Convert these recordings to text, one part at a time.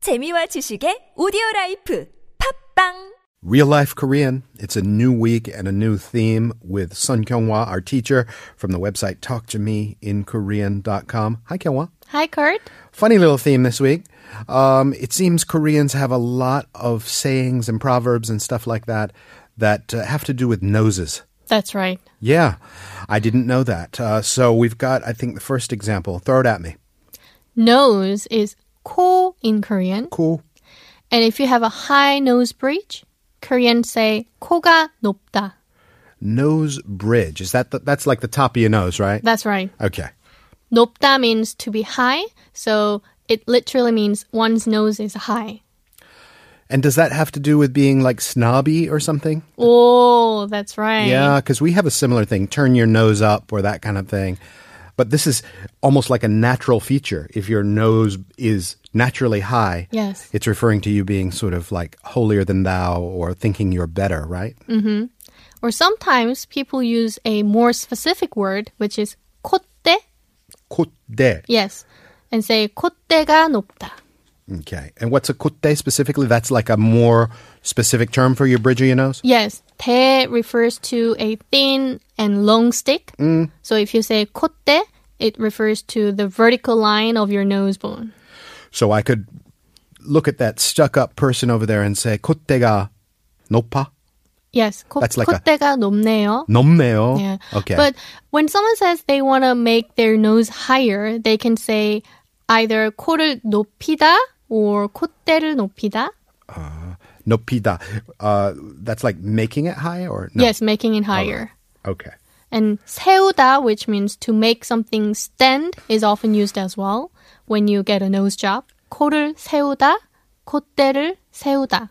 재미와 지식의 오디오 라이프 팝빵 Real Life Korean. It's a new week and a new theme with Sun Kyunghwa, our teacher from the website talktomeinkorean.com. Hi, Kyunghwa. Hi, Kurt. Funny little theme this week. Um, it seems Koreans have a lot of sayings and proverbs and stuff like that that uh, have to do with noses. That's right. Yeah, I didn't know that. Uh, so we've got, I think, the first example. Throw it at me. Nose is ko in Korean. Cool. And if you have a high nose bridge, Koreans say 코가 높다. Nose bridge. Is that the, that's like the top of your nose, right? That's right. Okay. 높다 means to be high, so it literally means one's nose is high. And does that have to do with being like snobby or something? Oh, that's right. Yeah, because we have a similar thing turn your nose up or that kind of thing. But this is almost like a natural feature. If your nose is naturally high, Yes. it's referring to you being sort of like holier than thou or thinking you're better, right? Mm. Or sometimes people use a more specific word, which is 콧대. Kote. Yes. And say 콧대가 높다. Okay. And what's a kote specifically? That's like a more specific term for your bridge or your nose? Yes, 대 refers to a thin and long stick. Mm. So if you say 콧대, it refers to the vertical line of your nose bone. So I could look at that stuck up person over there and say, kote ga nopa? Yes, 콧- That's like a- 콧대가 높네요. Nomneo. Yeah. Okay. But when someone says they want to make their nose higher, they can say either 코를 높이다 or 콧대를 높이다. Nopida. Uh, that's like making it high or no? Yes, making it higher. Okay. And 세우다, which means to make something stand, is often used as well when you get a nose job. 코를 세우다, 콧대를 세우다.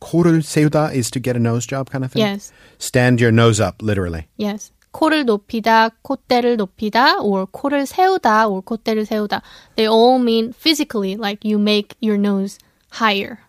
Korul seuda is to get a nose job kind of thing? Yes, Stand your nose up, literally. yes. 코를 높이다, 콧대를 높이다, or 코를 세우다, or 콧대를 세우다. They all mean physically, like you make your nose higher.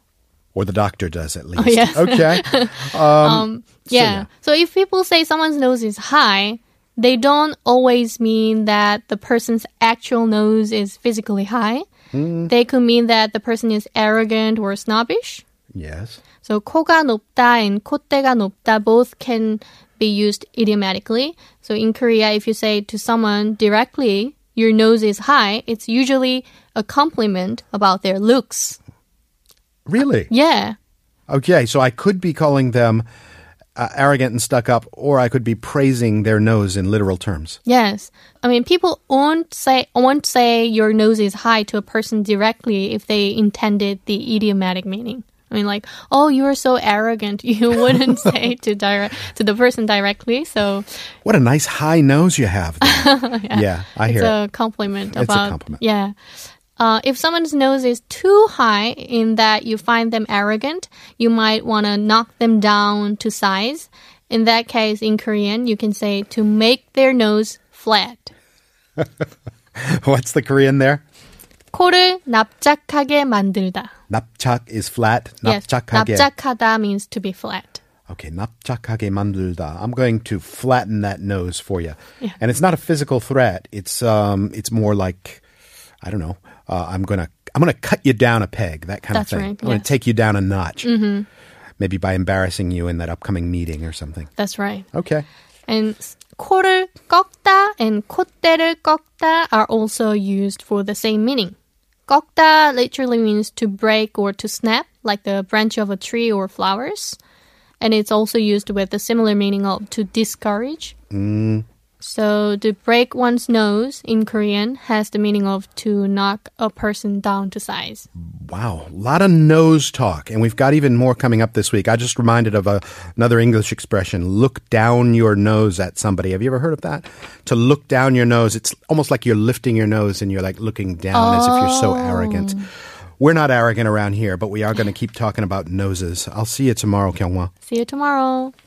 Or the doctor does at least. Oh, yes. Okay. Yeah. So if people say someone's nose is high, they don't always mean that the person's actual nose is physically high. They could mean that the person is arrogant or snobbish. yes. So 코가 높다 and 콧대가 높다 both can be used idiomatically. So in Korea, if you say to someone directly, your nose is high, it's usually a compliment about their looks. Really? Yeah. Okay. So I could be calling them uh, arrogant and stuck up, or I could be praising their nose in literal terms. Yes. I mean, people won't say, won't say your nose is high to a person directly if they intended the idiomatic meaning. I mean, like, oh, you're so arrogant. You wouldn't say to direct to the person directly. So What a nice high nose you have. there. yeah. I it's hear it. a compliment It's a about. compliment. Yeah. Uh, if someone's nose is too high in that you find them arrogant, you might want to knock them down to size. In that case, in Korean, you can say to make their nose flat. What's the Korean there? 코를 납작하게 만들다. Napchak is flat. Yes, Napchakage. 납작하다 means to be flat. Okay, napchakage mandulda. I'm going to flatten that nose for you. And it's not a physical threat. It's um it's more like I don't know. Uh, I'm going to I'm going to cut you down a peg, that kind That's of thing. right, I'm going yes. to take you down a notch. Mm-hmm. Maybe by embarrassing you in that upcoming meeting or something. That's right. Okay. And s- 코를 꺾다 and 콧대를 꺾다 are also used for the same meaning. 꺾다 literally means to break or to snap, like the branch of a tree or flowers. And it's also used with the similar meaning of to discourage. Mm. So to break one's nose in Korean has the meaning of to knock a person down to size. Wow, a lot of nose talk, and we've got even more coming up this week. I just reminded of a, another English expression: "Look down your nose at somebody." Have you ever heard of that? To look down your nose, it's almost like you're lifting your nose and you're like looking down as if you're so arrogant. We're not arrogant around here, but we are going to keep talking about noses. I'll see you tomorrow, Kyungwa. See you tomorrow.